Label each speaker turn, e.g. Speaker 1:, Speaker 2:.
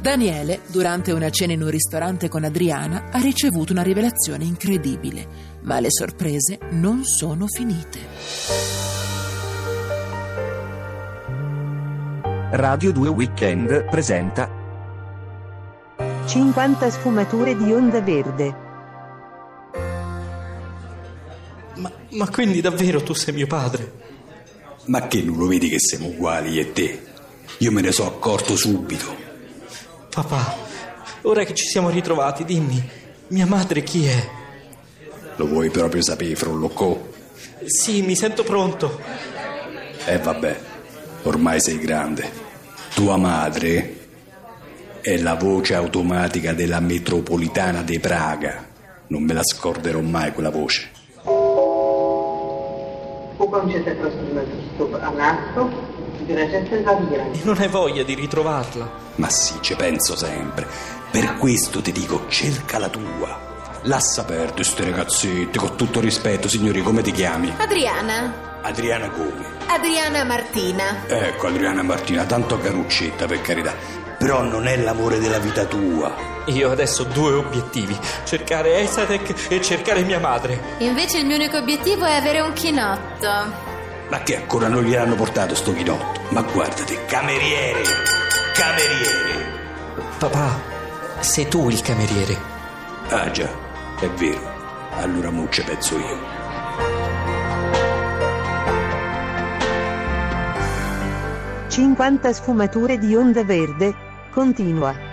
Speaker 1: Daniele, durante una cena in un ristorante con Adriana, ha ricevuto una rivelazione incredibile, ma le sorprese non sono finite.
Speaker 2: Radio 2 Weekend presenta
Speaker 3: 50 sfumature di onda verde.
Speaker 4: Ma, ma quindi davvero tu sei mio padre?
Speaker 5: Ma che non lo vedi che siamo uguali io e te? Io me ne sono accorto subito.
Speaker 4: Papà, ora che ci siamo ritrovati, dimmi, mia madre chi è?
Speaker 5: Lo vuoi proprio sapere, frollocco?
Speaker 4: Sì, mi sento pronto.
Speaker 5: E Eh, vabbè, ormai sei grande. Tua madre è la voce automatica della metropolitana di Praga. Non me la scorderò mai quella voce.
Speaker 6: Ukończę tę prostymę stóp anastu i wyraźnie chcę zawierać.
Speaker 4: E non hai voglia di ritrovarla?
Speaker 5: Ma sì, ci penso sempre. Per questo ti dico, cerca la tua. Lascia perdere ste ragazzette, con tutto rispetto, signori, come ti chiami?
Speaker 7: Adriana,
Speaker 5: Adriana Gome.
Speaker 7: Adriana Martina.
Speaker 5: Ecco Adriana Martina, tanto caruccetta per carità, però non è l'amore della vita tua.
Speaker 4: Io adesso ho due obiettivi, cercare Eisatek e cercare mia madre.
Speaker 7: Invece il mio unico obiettivo è avere un chinotto.
Speaker 5: Ma che ancora non gliel'hanno portato sto chinotto? Ma guardate, cameriere, cameriere.
Speaker 4: Papà, sei tu il cameriere.
Speaker 5: Ah già, è vero, allora mucce penso io.
Speaker 3: Cinquanta sfumature di onda verde. Continua.